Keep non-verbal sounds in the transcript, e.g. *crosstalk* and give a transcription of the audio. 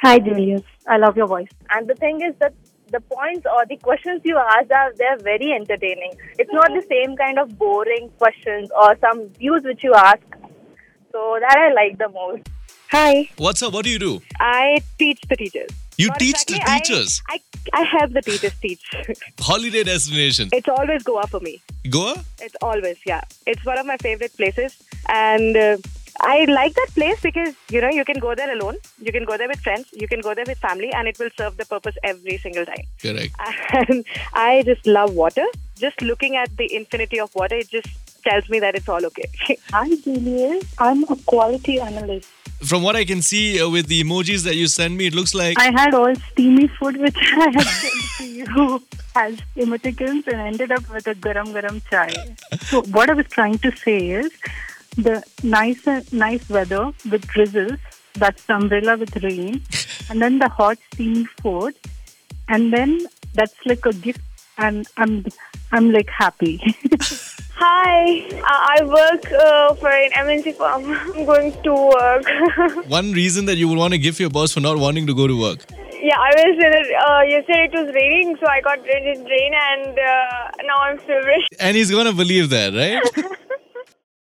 Hi, Julius. I love your voice. And the thing is that the points or the questions you asked are they're very entertaining. It's not the same kind of boring questions or some views which you ask. So that I like the most. Hi, What's up? What do you do? I teach the teachers. You Not teach exactly, the I- teachers. I, I help the teachers teach. Holiday destination. it's always Goa for me. Goa? It's always, yeah. It's one of my favorite places. And uh, I like that place because, you know, you can go there alone, you can go there with friends, you can go there with family, and it will serve the purpose every single time. *laughs* Correct. And I just love water. Just looking at the infinity of water, it just tells me that it's all okay. *laughs* Hi, Julius. I'm a quality analyst. From what I can see uh, with the emojis that you send me, it looks like I had all steamy food which *laughs* I had sent to you as emoticons and ended up with a garam garam chai. So what I was trying to say is the nice nice weather with drizzles, that's the umbrella with rain, and then the hot steamy food, and then that's like a gift, and I'm I'm like happy. *laughs* Hi, I work uh, for an MNC firm. *laughs* I'm going to work. *laughs* one reason that you would want to give your boss for not wanting to go to work. yeah, I was in it uh, yesterday. It was raining, so I got it rain, and uh, now I'm shivering. And he's going to believe that, right?